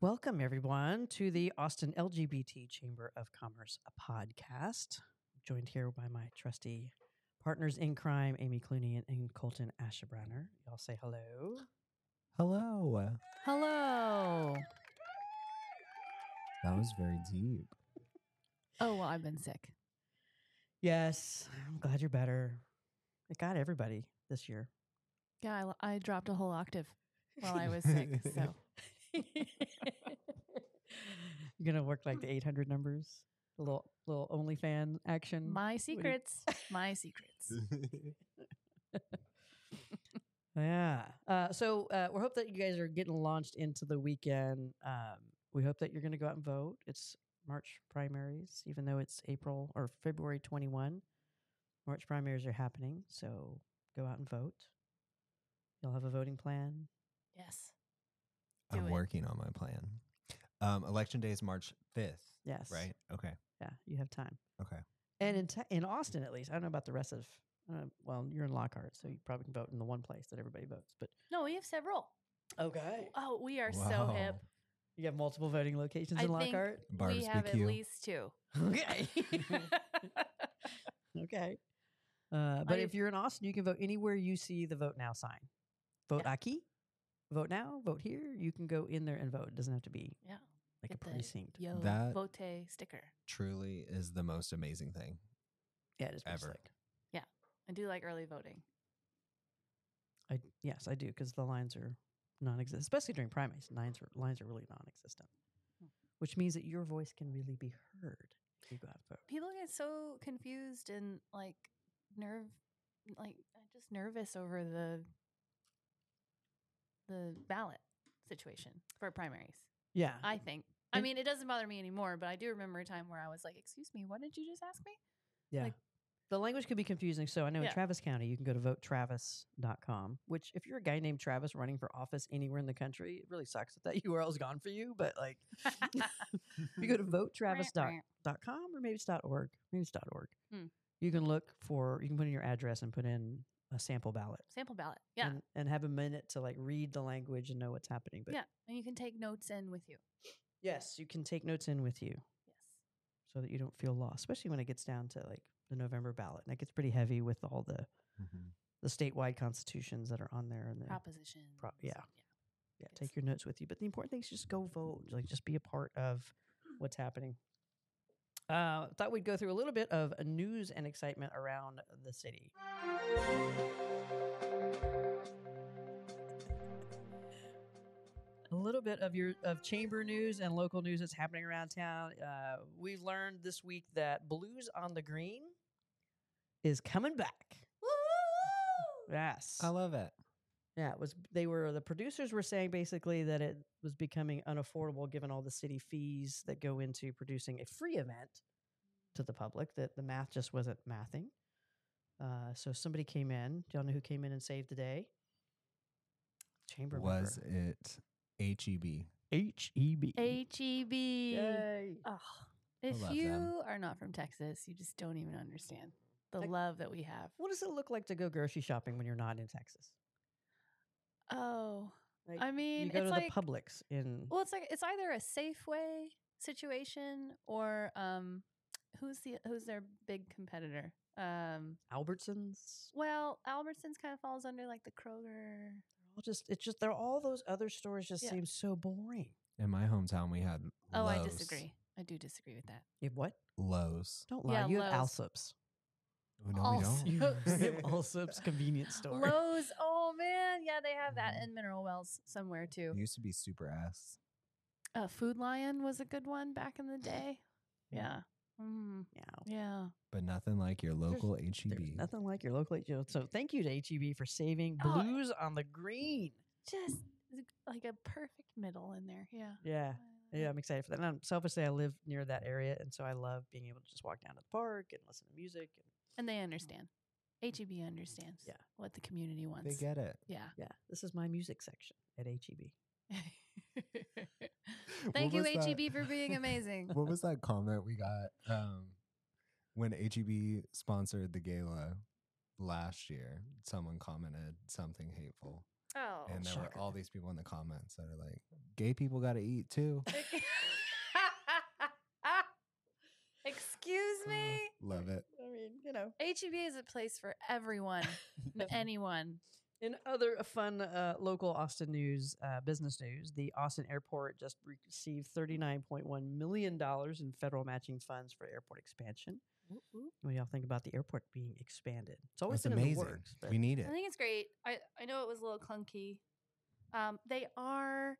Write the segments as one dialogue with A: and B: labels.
A: Welcome, everyone, to the Austin LGBT Chamber of Commerce podcast. Joined here by my trusty partners in crime, Amy Clooney and, and Colton Ashebrunner. Y'all say hello.
B: Hello.
C: Hello.
B: That was very deep.
C: Oh, well, I've been sick.
A: Yes, I'm glad you're better. It got everybody this year.
C: Yeah, I, I dropped a whole octave while I was sick. So
A: you're gonna work like the 800 numbers, the little little OnlyFan action.
C: my secrets, my secrets.
A: Yeah. Uh, so uh, we hope that you guys are getting launched into the weekend. Um, we hope that you're going to go out and vote. It's March primaries, even though it's April or February 21. March primaries are happening, so go out and vote. You'll have a voting plan.
C: Yes. Do
B: I'm
C: it.
B: working on my plan. Um, election day is March 5th,
A: Yes.
B: right? Okay.
A: Yeah, you have time.
B: Okay.
A: And in te- in Austin, at least, I don't know about the rest of. I don't know, well, you're in Lockhart, so you probably can vote in the one place that everybody votes. But
C: No, we have several.
A: okay,
C: Oh, we are so
B: Wow.
C: hip.
A: you have multiple voting locations
C: I
A: in
C: think
A: Lockhart.
C: we have at
B: Barbecue.
C: least two.
A: Okay. Okay. Uh, but
C: I-
A: if you're in Austin, you can vote anywhere you see the vote now sign. Vote aquí, vote now, vote here. You can go in there and vote. It doesn't have to be
C: yeah.
A: like a
C: Get the
A: precinct.
C: Yo,
B: That-
C: vote sticker.
B: Truly is the most amazing thing.
A: Yeah, it is pretty
B: Ever.
A: slick.
C: I do like early voting.
A: I yes, I do because the lines are non-existent, especially during primaries. Lines are lines are really non-existent,
C: Hmm.
A: which means that your voice can really be heard. If you go out and vote.
C: People get so confused and like nerve, like uh, just nervous over the the ballot situation for primaries.
A: Yeah,
C: I think. I
A: And-
C: mean, it doesn't bother me anymore, but I do remember a time where I was like, "Excuse me, what did you just ask me?"
A: Yeah.
C: Like-
A: the language could be confusing. So I know in
C: Yeah.
A: Travis County, you can go to votetravis.com, which if you're a guy named Travis running for office anywhere in the country, it really sucks that that URL's gone for you. But like, you go to votetravis.com or maybe it's .org. Maybe it's .org.
C: Hmm.
A: You can look for, you can put in your address and put in a sample ballot.
C: Sample ballot, yeah,
A: And, and have a minute to like read the language and know what's happening. But
C: yeah, and you can take notes in with you.
A: yes, you can take notes in with you.
C: Yes,
A: so that you don't feel lost, especially when it gets down to like the November ballot. And it gets pretty heavy with all the
B: Mhm.
A: the statewide constitutions that are on there. And the,
C: proposition.
A: Pro- yeah.
C: yeah,
A: yeah, take your notes with you. But the important thing is just go vote. Like just be a part of what's happening. Uh, thought we'd go through a little bit of news and excitement around the city. A little bit of your of chamber news and local news that's happening around town. Uh, we learned this week that Blues on the Green is coming back. Woo! Yes,
B: I love it.
A: yeah, it was they were the producers were saying basically that it was becoming unaffordable given all the city fees that go into producing a free event to the public that the math just wasn't mathing. Uh, so somebody came in. Do y'all know who came in and saved the day? Chamber
B: Was it E HEB?
A: H E B.
C: H E B.
A: Yay.
C: Oh, if
B: love
C: you
B: them.
C: are not from Texas, you just don't even understand the
A: Like-
C: love that we have.
A: What does it look like to go grocery shopping when you're not in Texas?
C: Oh,
A: Like,
C: I mean,
A: you go
C: it's
A: to
C: like
A: the Publix in
C: Well, it's like it's either a Safeway situation or um, who's the who's their big competitor? Um,
A: Albertsons.
C: well, Albertsons kind of falls under like the Kroger.
A: All just it's just they're all those other stores just
C: Yeah.
A: seem so boring.
B: In my hometown, we had
C: Oh, I
B: Lowe's.
C: disagree. I do disagree with that.
A: You have what?
B: Lowe's.
A: Don't lie.
C: Yeah,
A: you have
C: Lowe's.
A: Alsops.
B: Oh, no, we
A: You
B: don't.
A: have Allsup's convenience store.
C: Lowe's. Oh man, yeah, they have that
B: Mhm.
C: in Mineral Wells somewhere
B: It
C: too.
B: used to be super ass.
C: Uh, Food Lion was a good one back in the day. Yeah. Mm,
A: Meow.
C: yeah.
B: But nothing like your local E HEB.
A: There's nothing like your local HEB. So thank you to HEB for saving
C: Oh, I-
A: Blues on the Green.
C: Just like a perfect middle in there. Yeah.
A: Yeah. Yeah, I'm excited for that. And I'm, selfishly, I live near that area. And so I love being able to just walk down to the park and listen to music. And
C: And they understand. HEB understands
A: Yeah.
C: what the community wants.
B: They get it.
C: yeah.
A: yeah, this is my music section at E HEB.
C: Thank
B: What
C: you,
B: was that?
C: HEB, for being amazing.
B: what was that comment we got um, when E HEB sponsored the gala last year? Someone commented something hateful,
C: oh.
B: and there
A: shocker.
B: were all these people in the comments that are like, "Gay people got to eat too."
C: Excuse
B: Uh,
C: me.
B: love it.
A: I mean, you know.
C: HEB is a place for everyone, anyone.
A: In other fun uh, local Austin news, uh, business news, the Austin airport just received $39.1 million in federal matching funds for airport expansion. What do y'all think about the airport being expanded? It's always
B: That's
A: been in
B: amazing.
A: the works. But
B: we need it.
C: I think it's great. I, I know it was a little clunky. Um, they are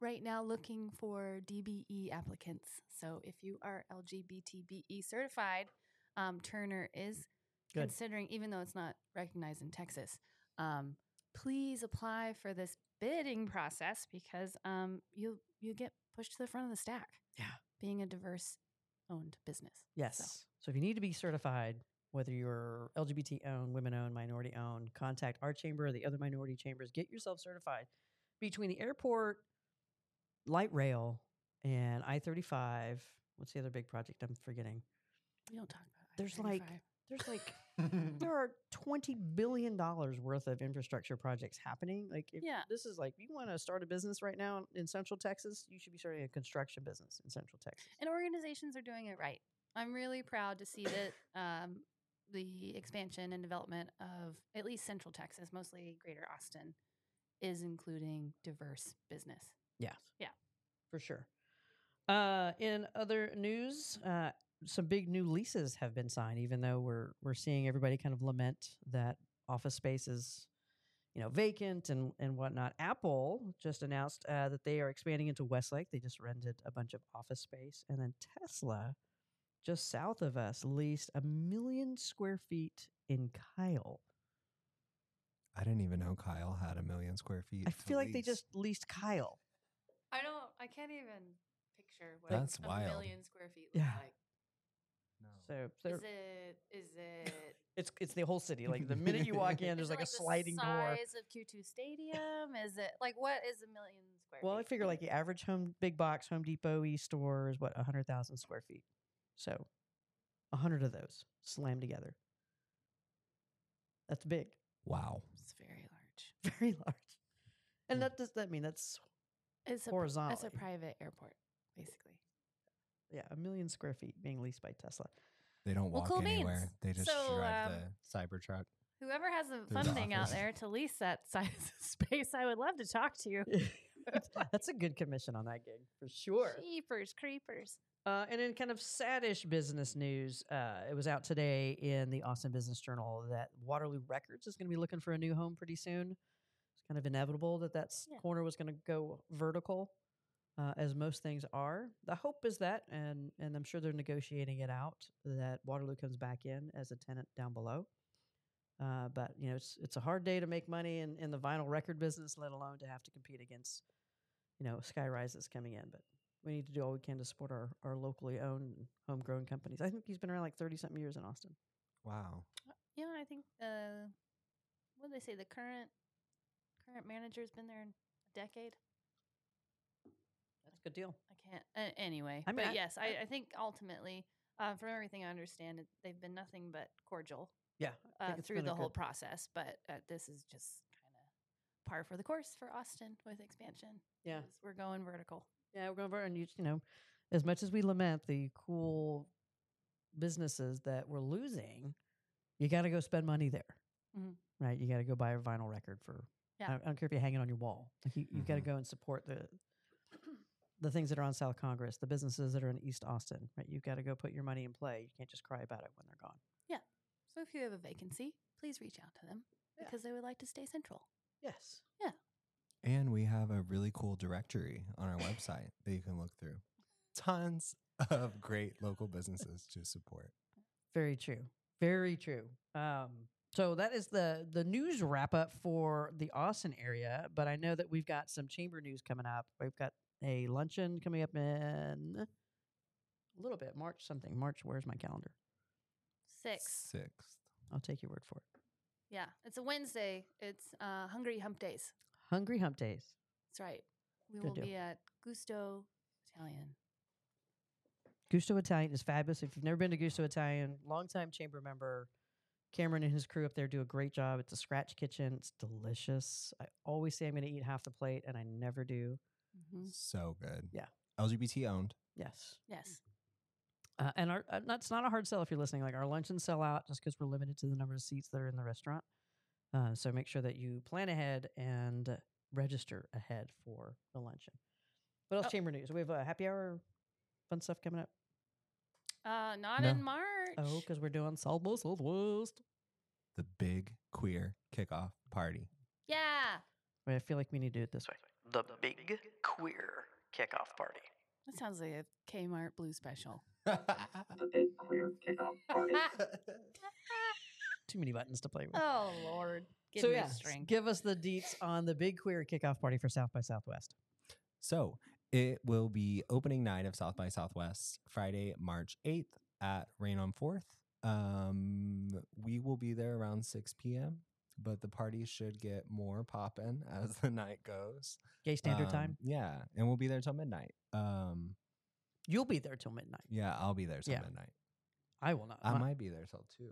C: right now looking for DBE applicants. So if you are LGBTBE E certified, um, Turner is
A: Good.
C: considering, even though it's not recognized in Texas, um, please apply for this bidding process because um, you you get pushed to the front of the stack.
A: Yeah.
C: being a diverse owned business.
A: yes. So. if you need to be certified, whether you're LGBT owned, women owned, minority owned, contact our chamber or the other minority chambers. Get yourself certified. Between the airport, light rail, and I 35, what's the other big project I'm forgetting?
C: We don't talk about.
A: There's like-
C: I-35.
A: There's like there are twenty billion dollars worth of infrastructure projects happening. Like, if
C: Yeah.
A: this is like you want to start a business right now in Central Texas, you should be starting a construction business in Central Texas.
C: and organizations are doing it right. I'm really proud to see that um, the expansion and development of at least Central Texas, mostly Greater Austin, is including diverse business.
A: Yeah.
C: Yeah.
A: For sure. Uh, in other news, uh, some big new leases have been signed, even though we're we're seeing everybody kind of lament that office space is, you know, vacant and, and whatnot. Apple just announced uh, that they are expanding into Westlake. They just rented a bunch of office space. And then Tesla, just south of us, leased a million square feet in Kyle.
B: I didn't even know Kyle had a million square feet.
A: I
B: to
A: feel like they
B: lease.
A: just leased Kyle.
C: I don't. I can't even picture what
B: That's
C: a
B: wild.
C: million square feet looks
A: Yeah.
C: like.
A: So they're-
C: Is it? Is it?
A: it's it's the whole city. Like the minute you walk in,
C: is
A: there's
C: it
A: like, a
C: the
A: sliding door.
C: Size of Q2 Stadium? Is it like what is a million square?
A: Well, I
C: feet?
A: figure like the average home big box Home Depot e store is what hundred thousand square feet. So hundred of those slammed together. That's big,
B: wow.
C: it's very large.
A: very large, and
C: Hmm.
B: Mm.
A: that does that mean that's
C: It's a
A: horizontally.
C: It's a private airport, basically.
A: yeah, a million square feet being leased by Tesla.
B: They don't
C: Well,
B: walk
C: cool
B: anywhere.
C: beans.
B: They just
C: So,
B: drive
C: um,
B: the Cybertruck.
C: Whoever has the
B: There's
C: funding out
B: office.
C: there to lease that size of space, I would love to talk to you.
A: that's a good commission on that gig for sure.
C: Jeepers, creepers.
A: Uh, and in kind of saddish business news, uh, it was out today in the Austin Business Journal that Waterloo Records is going to be looking for a new home pretty soon. It's kind of inevitable that that s-
C: Yeah.
A: corner was going to go vertical, uh, as most things are. The hope is that, and and I'm sure they're negotiating it out that Waterloo comes back in as a tenant down below. Uh, but you know, it's it's a hard day to make money in, in the vinyl record business, let alone to have to compete against you know sky rises coming in. But we need to do all we can to support our, our locally owned and homegrown companies. I think he's been around like 30 something years in Austin.
B: Wow.
C: Yeah, I think uh, what do they say? The current current manager's been there a decade.
A: That's a good deal.
C: I can't. Uh, anyway,
A: I mean,
C: but
A: I-
C: yes,
A: I-
C: I, I think ultimately, uh, from everything I understand, it, they've been nothing but cordial
A: Yeah. I
C: uh,
A: think it's
C: through
A: been a
C: the whole
A: good-
C: process. But uh, this is just kind of par for the course for Austin with expansion.
A: Yeah.
C: 'cause We're going vertical.
A: Yeah. We're going to, and you, you know, as much as we lament the cool businesses that we're losing, you got to go spend money there.
C: Mhm.
A: Right. You got to go buy a vinyl record for,
C: Yeah.
A: I, I don't care if you hang it on your wall. Like you, you got to
B: Mhm.
A: go and support the, the things that are on South Congress, the businesses that are in East Austin, right? You've got to go put your money in play. You can't just cry about it when they're gone.
C: So if you have a vacancy, please reach out to them
A: Yeah.
C: because they would like to stay central.
A: Yes.
B: And we have a really cool directory on our website that you can look through. Tons of great local businesses to support.
A: Very true. Very true. Um, so that is the the news wrap up for the Austin area. But I know that we've got some chamber news coming up. We've got a luncheon coming up in a little bit, March something. March. Where's my calendar?
C: Six.
B: Sixth.
A: I'll take your word for it.
C: Yeah. It's a Wednesday. It's uh, Hungry Hump Days.
A: Hungry Hump Days.
C: That's right. We
A: Good
C: will
A: deal.
C: be at Gusto Italian.
A: Gusto Italian is fabulous. If you've never been to Gusto Italian, longtime chamber member, Cameron and his crew up there do a great job. It's a scratch kitchen. It's delicious. I always say I'm going to eat half the plate, and I never do.
C: Mhm.
B: So good.
A: Yeah.
B: LGBT owned.
A: Yes.
C: Yes.
A: Uh, and our, uh, that's not a hard sell if you're listening. Like our luncheons sell out just because we're limited to the number of seats that are in the restaurant. Uh, so make sure that you plan ahead and register ahead for the luncheon. What else?
C: Oh.
A: Chamber news. We have a happy hour, fun stuff coming up.
C: Uh, not
B: No.
C: in March.
A: Oh, because we're doing Salvo Southwest.
B: The big queer kickoff party.
C: yeah.
A: Wait, I feel like we need to do it this way. The big queer kickoff party.
C: That sounds like a Kmart Blue special.
A: Too many buttons to play with.
C: oh Lord, give
A: so
C: me
A: yeah,
C: a string.
A: give us the deets on the big queer kickoff party for South by Southwest.
B: So it will be opening night of South by Southwest Friday, March 8th at Rain on Fourth. Um, we will be there around 6 p.m., but the party should get more poppin' as the night goes.
A: Gay Standard
B: Um,
A: Time.
B: Yeah. And we'll be there till midnight. Um,
A: You'll be there till midnight.
B: yeah, I'll be there till
A: Yeah. uh-huh.
B: midnight.
A: I will not.
B: I
A: My-
B: might be there till 2.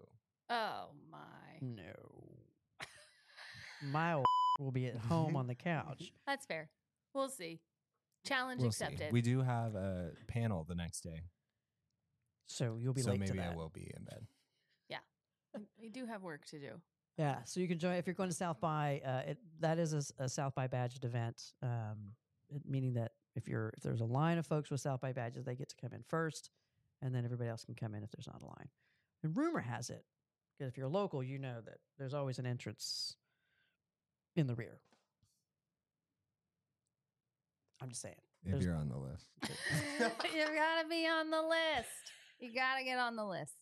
C: oh my,
A: No. My old will be at home on the couch.
C: that's fair. We'll see. Challenge
B: We'll see.
C: accepted.
B: We do have a panel the next day.
A: So you'll be
B: so
A: late to
B: maybe
A: that.
B: I will be in bed.
C: we do have work to do.
A: Yeah. So you can join if you're going to South by. Uh, it, that is a, s- a South by badged event, um, it- meaning that if you're if there's a line of folks with South by badges, they get to come in first, and then everybody else can come in if there's not a line. And rumor has it, because if you're local, you know that there's always an entrance in the rear. I'm just saying.
B: If
A: There's-
B: you're on the list.
C: you gotta be on the list. You gotta get on the list.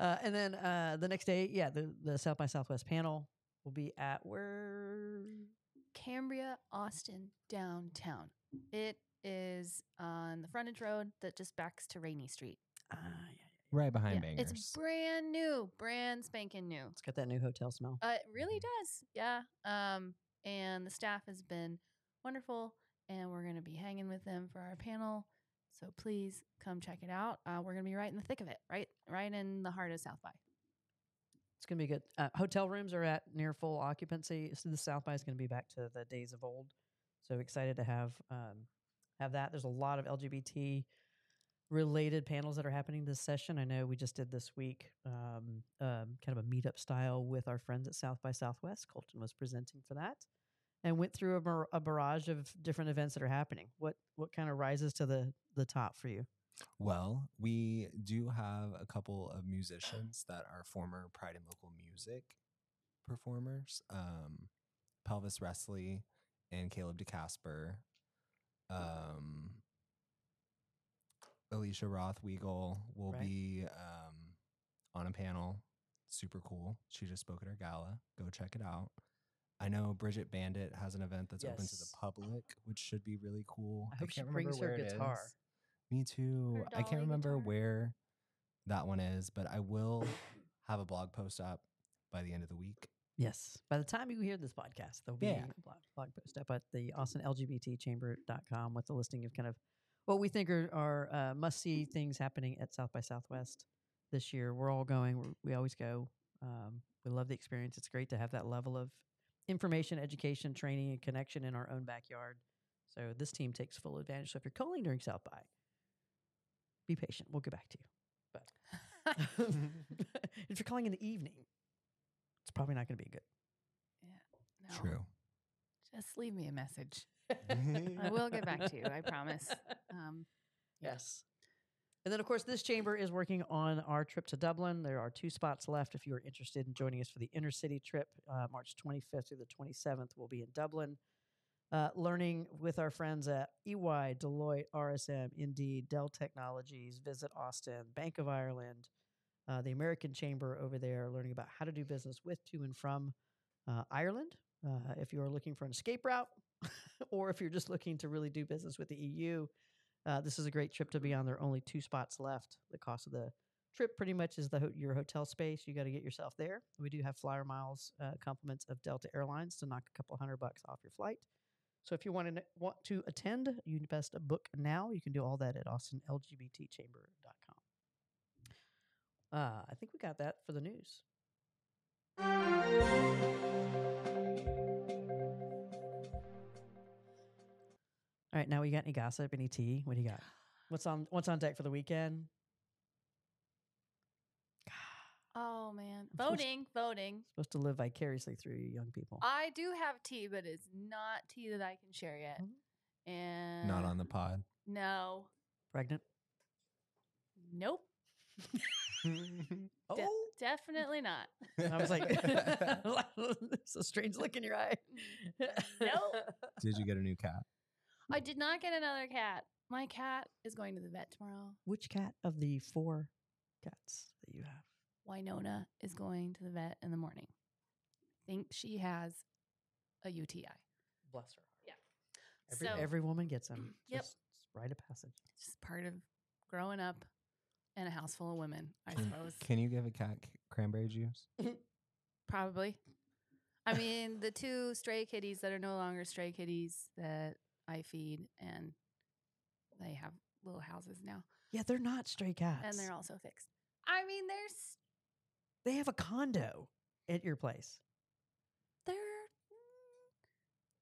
A: Uh, and then uh, the next day, yeah, the, the South by Southwest panel will be at where?
C: Cambria, Austin, downtown. It is on the frontage road that just backs to Rainey Street.
A: Ah, yeah.
B: right behind
C: Yeah,
B: Bangers.
C: It's brand new, brand spanking new.
A: It's got that new hotel smell.
C: Uh, it really does. Yeah. Um, and the staff has been wonderful, and we're going to be hanging with them for our panel. So please come check it out. Uh, we're going to be right in the thick of it, right, right in the heart of South by.
A: It's going to be good. Uh, hotel rooms are at near full occupancy. So the South by is going to be back to the days of old. So excited to have um, have that. There's a lot of LGBT related panels that are happening this session. I know we just did this week um, um, kind of a meetup style with our friends at South by Southwest. Colton was presenting for that and went through a, bar- a barrage of different events that are happening. What what kind of rises to the the top for you?
B: Well, we do have a couple of musicians that are former Pride and Local Music performers. Um, Pelvis Wrestley and Caleb DeCasper. Um, Alicia Roth Weigel will
A: Right.
B: be um, on a panel. Super cool. She just spoke at our gala. Go check it out. I know Bridget Bandit has an event that's open to the
A: Yes.
B: public, which should be really cool.
A: I hope she
B: can't
A: brings
B: remember
A: her
B: where it
A: guitar.
B: is. Me too. I
C: dolly
B: can't remember
C: guitar.
B: where that one is, but I will have a blog post up by the end of the week.
A: Yes. By the time you hear this podcast, there'll be
B: Yeah.
A: a blog, blog post up at the AustinLGBTChamber.com with the listing of kind of what we think are, are uh, must see things happening at South by Southwest this year. We're all going, we're, we always go. Um, we love the experience. It's great to have that level of information, education, training, and connection in our own backyard. So this team takes full advantage. So if you're calling during South by, be patient. We'll get back to you. if you're calling in the evening, it's probably not going to be good.
C: No, Just leave me a message.
B: I
C: I will get back to you. I promise. Um,
A: Yes. And then, of course, this chamber is working on our trip to Dublin. There are two spots left if you are interested in joining us for the inner city trip. Uh, March 25th through the 27th, we'll be in Dublin, uh, learning with our friends at EY, Deloitte, RSM, Indeed, Dell Technologies, Visit Austin, Bank of Ireland, uh, the American Chamber over there, learning about how to do business with, to, and from uh, Ireland. Uh, if you are looking for an escape route, or if you're just looking to really do business with the E EU, uh, this is a great trip to be on. There are only two spots left. The cost of the trip pretty much is the ho- your hotel space. You got to get yourself there. We do have flyer miles uh, compliments of Delta Airlines to knock a couple hundred bucks off your flight. So if you want to want to attend, you best book now. You can do all that at AustinLGBTChamber.com. Uh, I think we got that for the news. All right, now we got any gossip, any tea? What do you got? What's on What's on deck for the weekend?
C: Oh man,
A: supposed-
C: voting, voting.
A: Supposed to live vicariously through you, young people.
C: I do have tea, but it's not tea that I can share yet.
A: Mm.
C: Oh. And
B: Not on the pod.
C: No,
A: Pregnant?
C: nope,
A: Oh,
C: de- definitely not.
A: I was like, it's a strange look in your eye.
C: Mm. Nope.
B: Did you get a new cat?
C: I did not get another cat. My cat is going to the vet tomorrow.
A: Which cat of the four cats that you have?
C: Winona is going to the vet in the morning. I think she has a UTI.
A: Bless her. Every,
C: Every- So-
A: every woman gets them.
C: Yep.
A: Just rite of passage.
C: It's just part of growing up in a house full of women, I
B: Can-
C: suppose.
B: Can you give a cat c- cranberry juice?
C: Probably. I mean, the two stray kitties that are no longer stray kitties that I feed, and they have little houses now,
A: Yeah, they're not stray cats.
C: and they're also fixed. I mean, there's
A: They have a condo at your place.
C: they're mm,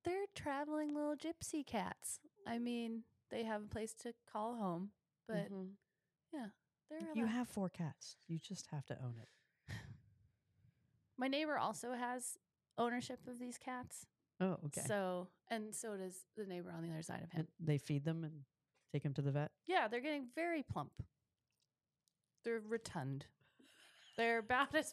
C: they're traveling little gypsy cats. I mean, they have a place to call home, but they're
A: Mm-hmm. you
C: allowed-
A: have four cats. You just have to own it.
C: my neighbor also has ownership of these cats.
A: Oh, okay.
C: So and so does the neighbor on the other side of him.
A: And they feed them and take them to the vet.
C: Yeah, they're getting very plump. They're rotund. They're about as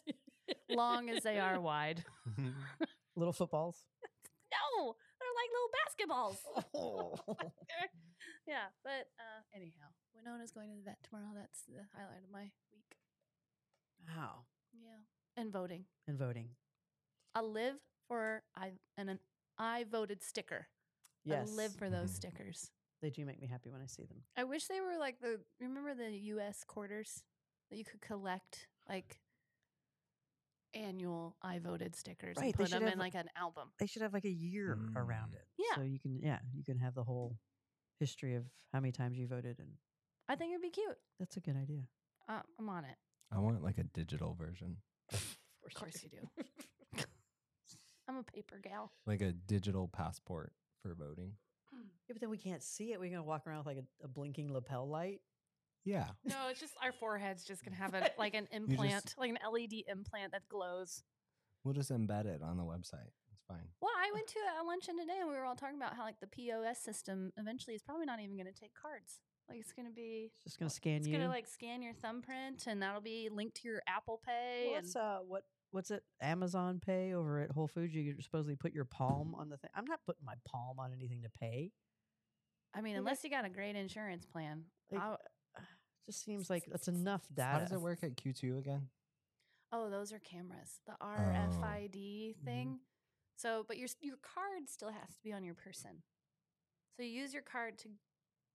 C: long as they are wide.
A: Little footballs.
C: No, they're like little basketballs. yeah, but uh, anyhow, Winona's going to the vet tomorrow. That's the highlight of my week.
A: Wow.
C: Yeah, and voting.
A: And voting.
C: I live for I and an I voted sticker.
A: Yes.
C: I live for those
B: Mhm.
C: stickers.
A: they do make me happy when I see them.
C: I wish they were like the remember the U.S. quarters that you could collect like annual I voted stickers
A: Right,
C: and
A: they
C: put
A: should
C: them in
A: have,
C: like an album.
A: They should have like a year around
B: Mm.
A: it.
C: Yeah.
A: So you can, yeah, you can have the whole history of how many times you voted. And
C: I think it'd be cute.
A: that's a good idea.
C: Uh, I'm on it.
B: I want like a digital version,
C: Of course you do. I'm a paper gal.
B: like a digital passport for voting.
A: Yeah, but then we can't see it. We're gonna walk around with like a, a blinking lapel light.
B: Yeah.
C: No, it's just our forehead's just gonna have a like an implant, like an LED implant that glows.
B: We'll just embed it on the website. It's fine.
C: Well, I went to a luncheon today and we were all talking about how like the POS system eventually is probably not even gonna take cards. Like it's gonna be
A: It's just gonna scan
C: It's
A: you.
C: gonna like scan your thumbprint, and that'll be linked to your Apple Pay.
A: Well,
C: and
A: it's, uh, what what's it? Amazon Pay over at Whole Foods. You could supposedly put your palm on the thing. I'm not putting my palm on anything to pay.
C: I mean,
A: Well,
C: unless you got a great insurance plan,
A: Like,
C: I'll-
A: just seems like that's enough data.
B: How does it work at Q2 again?
C: oh, those are cameras,
A: Oh.
C: the RFID thing. So, but your s- your card still has to be on your person. So you use your card to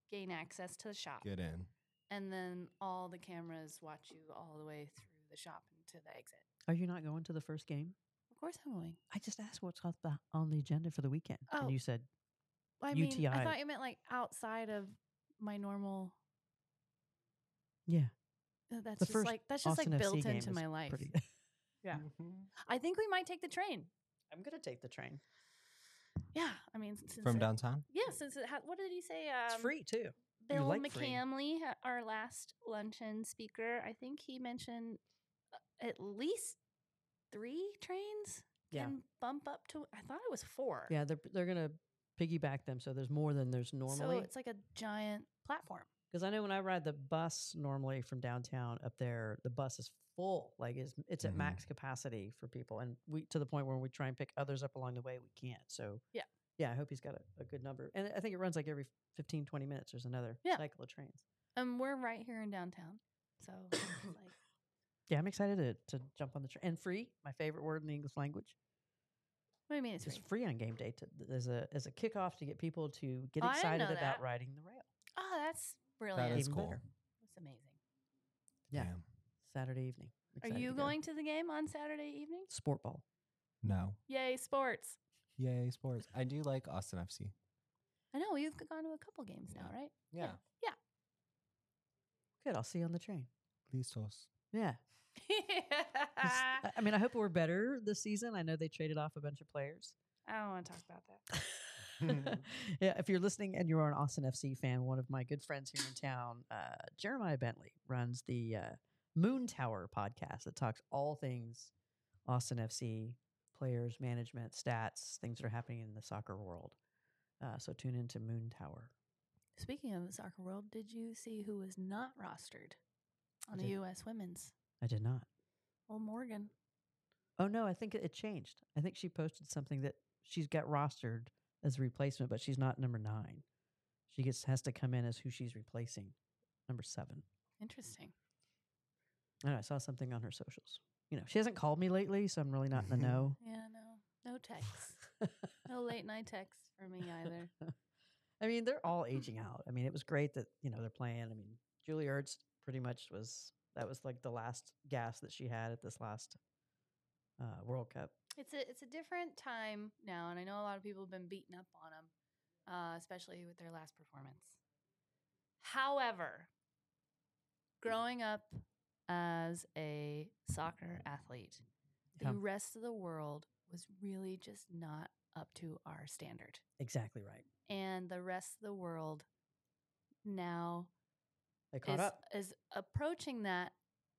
C: gain access to the shop,
B: Get in.
C: and then all the cameras watch you all the way through the shop and to the exit.
A: Are you not going to the first game?
C: Of course, I'm going.
A: I just asked what's on the, on the agenda for the weekend,
C: Oh.
A: and you said
C: I mean, I
A: UTI.
C: thought you meant like outside of my normal.
A: Yeah.
C: Uh, That's just
A: first
C: like that's just
A: Austin FC
C: like built
A: game
C: into
A: is
C: my life.
A: pretty.
C: Yeah.
B: Mm-hmm.
C: I think we might take the train.
A: I'm gonna take the train.
C: Yeah, I mean, since
B: From
C: it,
B: downtown?
C: Yeah, since it ha- what did he say? Um,
A: it's free too.
C: Bill
A: like free.
C: McCamley, ha- our last luncheon speaker, I think he mentioned uh, at least three trains
A: Yeah.
C: can bump up to. I thought it was four.
A: Yeah, they're they're gonna piggyback them, so there's more than there's normally.
C: So it's like a giant platform.
A: Because I know when I ride the bus normally from downtown up there, the bus is full. Like it's it's at
B: Mhm.
A: max capacity for people, and we to the point where we try and pick others up along the way, we can't. So
C: Yeah.
A: yeah. I hope he's got a, a good number, and I think it runs like every 15, 20 minutes. There's another
C: Yeah.
A: cycle of trains.
C: Um, we're right here in downtown, so it's like
A: Yeah, I'm excited to, to jump on the train and free. My favorite word in the English language.
C: what do you mean it's
A: It's
C: free?
A: free on game day to, as a as a kickoff to get people to get
C: Oh, I didn't
A: excited
C: know
A: about
C: that.
A: riding the rail.
C: Oh, that's brilliant.
B: That is
A: Even
B: cool.
A: better.
C: that's amazing.
A: Yeah. Saturday evening. I'm
C: Are
A: excited
C: you
A: to go.
C: going to the game on Saturday evening?
A: sport ball?
B: No.
C: Yay, sports!
B: Yay, sports. I do like Austin FC.
C: I know you've gone to a couple games now, right?
B: Yeah.
A: Good. I'll see you on the train.
B: Listos.
A: Yeah. It's-
C: Ah.
A: I- I mean, I hope we're better this season. I know they traded off a bunch of players.
C: I don't want to talk about that.
A: yeah, if you're listening and you're an Austin FC fan, one of my good friends here in town, uh, Jeremiah Bentley, runs the uh, Moon Tower podcast that talks all things Austin FC, players, management, stats, things that are happening in the soccer world. Uh, so tune into Moon Tower.
C: Speaking of the soccer world, did you see who was not rostered on the
A: did.
C: U.S. women's?
A: I did not.
C: Well, Morgan.
A: Oh no, I think it it changed. I think she posted something that she's got rostered as a replacement, but she's not number nine. She gets has to come in as who she's replacing, number seven.
C: Interesting.
A: I know, I saw something on her socials. You know, she hasn't called me lately, so I'm really not in the know.
C: Yeah, no, no texts, no late night texts for me either.
A: I mean, they're all aging out. I mean, it was great that you know they're playing. I mean, Julie Ertz pretty much was that was like the last gas that she had at this last uh, World Cup.
C: It's a it's a different time now, and I know a lot of people have been beaten up on them, uh, especially with their last performance. However, growing up as a soccer athlete,
A: Yeah.
C: the rest of the world was really just not up to our standard.
A: Exactly right.
C: and the rest of the world now
A: They caught
C: is,
A: up.
C: is approaching that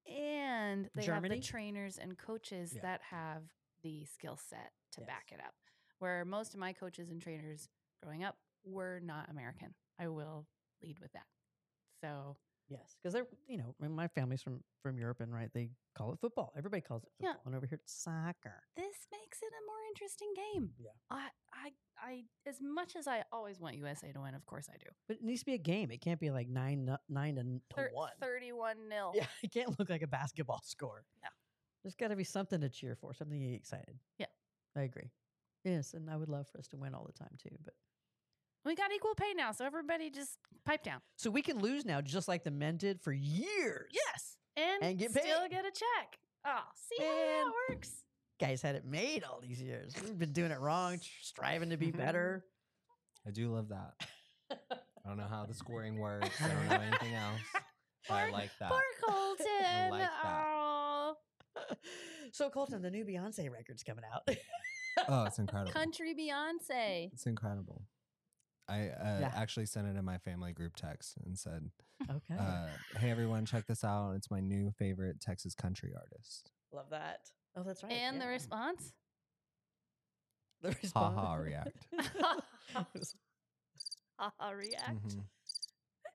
C: and they
A: Germany?
C: have the trainers and coaches
B: Yeah.
C: that have the skill set to
A: Yes.
C: back it up where most of my coaches and trainers growing up were not american i will lead with that so
A: Yes, because they're you know I mean, my family's from from Europe and right they call it football. Everybody calls it
C: Yeah.
A: football, and over here it's soccer.
C: this makes it a more interesting game
A: Yeah.
C: i i i as much as i always want usa to win of course i do
A: But it needs to be a game. It can't be like nine nu- nine to, n- to
C: Thir-
A: one.
C: 31 nil
A: Yeah, it can't look like a basketball score.
C: No.
A: there's got to be something to cheer for, something to get excited.
C: Yeah.
A: I agree. Yes, and I would love for us to win all the time too. But
C: we got equal pay now so everybody just pipe down
A: so we can lose now, just like the men did for years.
C: Yes. And,
A: And get
C: still
A: paid.
C: get a check. Oh, see how that
A: And-
C: works.
A: guys had it made all these years. We've been doing it wrong, tr- striving to be better.
B: I do love that. I don't know how the scoring works. I don't know anything else. But I
C: Poor-
B: like that.
C: Poor Colton.
B: Ah, like that.
C: oh,
A: so Colton, the new Beyonce record's coming out.
B: Oh, it's incredible.
C: country Beyonce.
B: It's incredible. I uh,
A: Yeah.
B: actually sent it in my family group text and said,
A: okay,
B: uh, "Hey everyone, check this out! It's my new favorite Texas country artist."
A: love that. Oh, that's right.
C: And the
A: yeah.
C: response?
A: the
B: Ha
A: response.
B: ha! React.
C: Haha, react.
B: Mhm.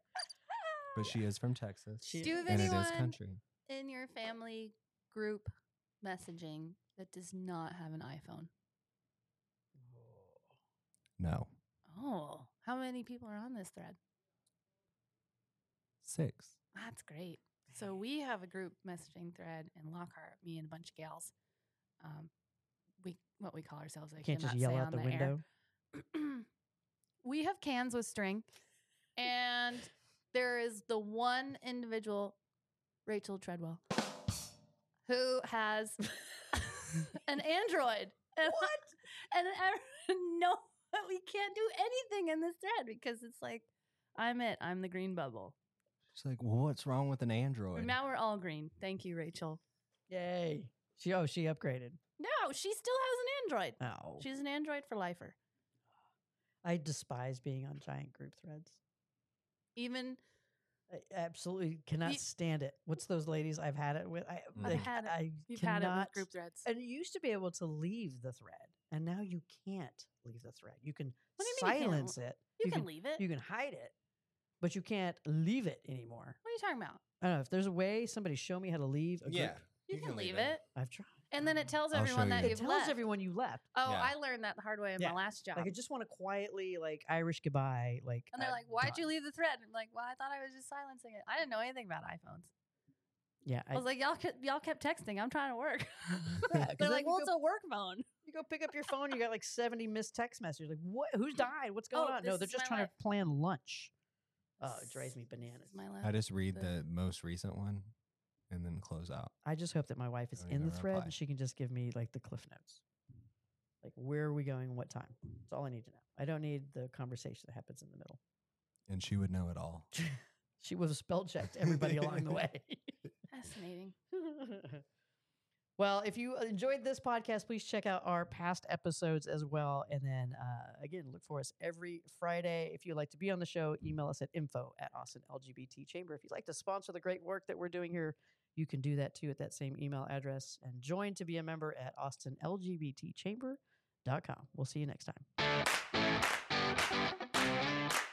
B: But she is from Texas,
A: She-
C: Do you have
B: and it
C: anyone
B: is country.
C: in your family group messaging that does not have an iPhone?
B: No,
C: Oh, how many people are on this thread?
B: six.
C: That's great. So we have a group messaging thread in Lockhart, me and a bunch of gals. Um, we what we call ourselves. I
A: Can't just
C: cannot
A: yell
C: say
A: out
C: on
A: the
C: air.
A: window.
C: we have cans with string, and there is the one individual, Rachel Treadwell, who has an Android. And what? and ev- no, we can't do anything in this thread because it's like, I'm it. I'm the green bubble.
B: She's like, "Well, what's wrong with an Android?"
C: Now we're all green. Thank you, Rachel.
A: Yay! She oh she upgraded.
C: No, she still has an Android.
A: Oh,
C: She's an Android for lifer.
A: I despise being on giant group threads.
C: Even
A: I absolutely cannot
C: You-
A: stand it. What's those ladies I've had it with? I,
B: I've
C: had it.
A: I
C: you've
A: cannot,
C: had it with group threads.
A: And you used to be able to leave the thread, and now you can't leave the thread. You can
C: What do you mean you can't
A: silence it.
C: You, can, leave it.
A: You can hide it, but you can't leave it anymore.
C: what are you talking about?
A: I don't know if there's a way. Somebody show me how to leave. A group.
C: You, can, leave it.
A: I've tried.
C: And then it tells
B: I'll show
C: everyone
B: you.
C: that
B: It
A: It
C: you've
A: tells
C: left.
A: everyone you left.
C: oh,
B: Yeah.
C: I learned that the hard way in
A: Yeah.
C: my last job.
A: Like I just want to quietly like Irish goodbye. Like
C: and they're
A: I'm
C: like, "Why'd
A: done."
C: you leave the thread?" I'm like, "Well, I thought I was just silencing it. I didn't know anything about iPhones.
A: Yeah,
C: I, was like, y'all kept, y'all kept texting. I'm trying to work.
A: Yeah, 'cause
C: they're
A: then
C: like,
A: you
C: "Well,
A: go-
C: it's a work phone.
A: You go pick up your phone, you got like 70 missed text messages. Like, what? Who's died? What's going
C: Oh,
A: on? No,
C: this
A: they're
C: is
A: just
C: my
A: trying
C: life.
A: to plan lunch. Oh, it drives me
C: This is
A: bananas.
C: My
B: I
C: life.
B: just read
C: the-
B: the most recent one and then close out.
A: I just hope that my wife is
B: Don't
A: in the
B: even
A: thread
B: reply.
A: and she can just give me like the cliff notes. Like, where are we going? What time? That's all I need to know. I don't need the conversation that happens in the middle.
B: And she would know it all.
A: She would have spell checked everybody along the way.
C: And Fascinating.
A: well, if you enjoyed this podcast, please check out our past episodes as well. And then uh, again, look for us every Friday. If you'd like to be on the show, email us at info at Austin LGBT Chamber. If you'd like to sponsor the great work that we're doing here, you can do that too at that same email address and join to be a member at AustinLGBTChamber.com. We'll see you next time.